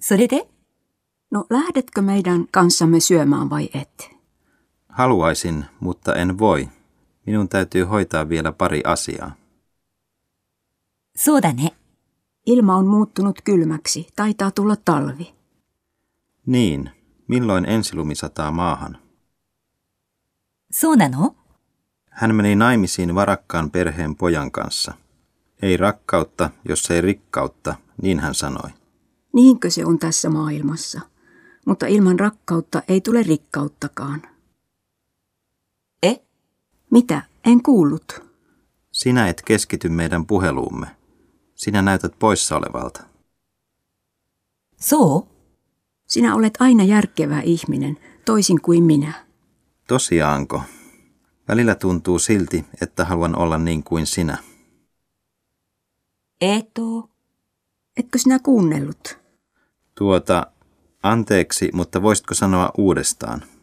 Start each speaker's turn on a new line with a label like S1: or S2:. S1: Så det det? No lähdetkö meidän kanssamme syömään vai et?
S2: Haluaisin, mutta en voi. Minun täytyy hoitaa vielä pari asiaa.
S3: そうだね。
S1: Ilma on muuttunut kylmäksi. Taitaa tulla talvi.
S2: Niin, milloin ensilumi sataa maahan?
S3: そうなの
S2: Hän meni naimisiin varakkaan perheen pojan kanssa. Ei rakkautta, jos ei rikkautta, niin hän sanoi.
S1: Niinkö se on tässä maailmassa? Mutta ilman rakkautta ei tule rikkauttakaan.
S3: え
S1: Mitä? En kuullut.
S2: Sinä et keskity meidän puheluumme. Sinä näytät poissa olevalta.
S3: そう
S1: Sinä olet aina järkevä ihminen, toisin kuin minä.
S2: Tosiaanko? Välillä tuntuu silti, että haluan olla niin kuin sinä.
S3: えーと、
S1: Etkö sinä kuunnellut?
S2: Tuota, anteeksi, mutta voisitko sanoa uudestaan?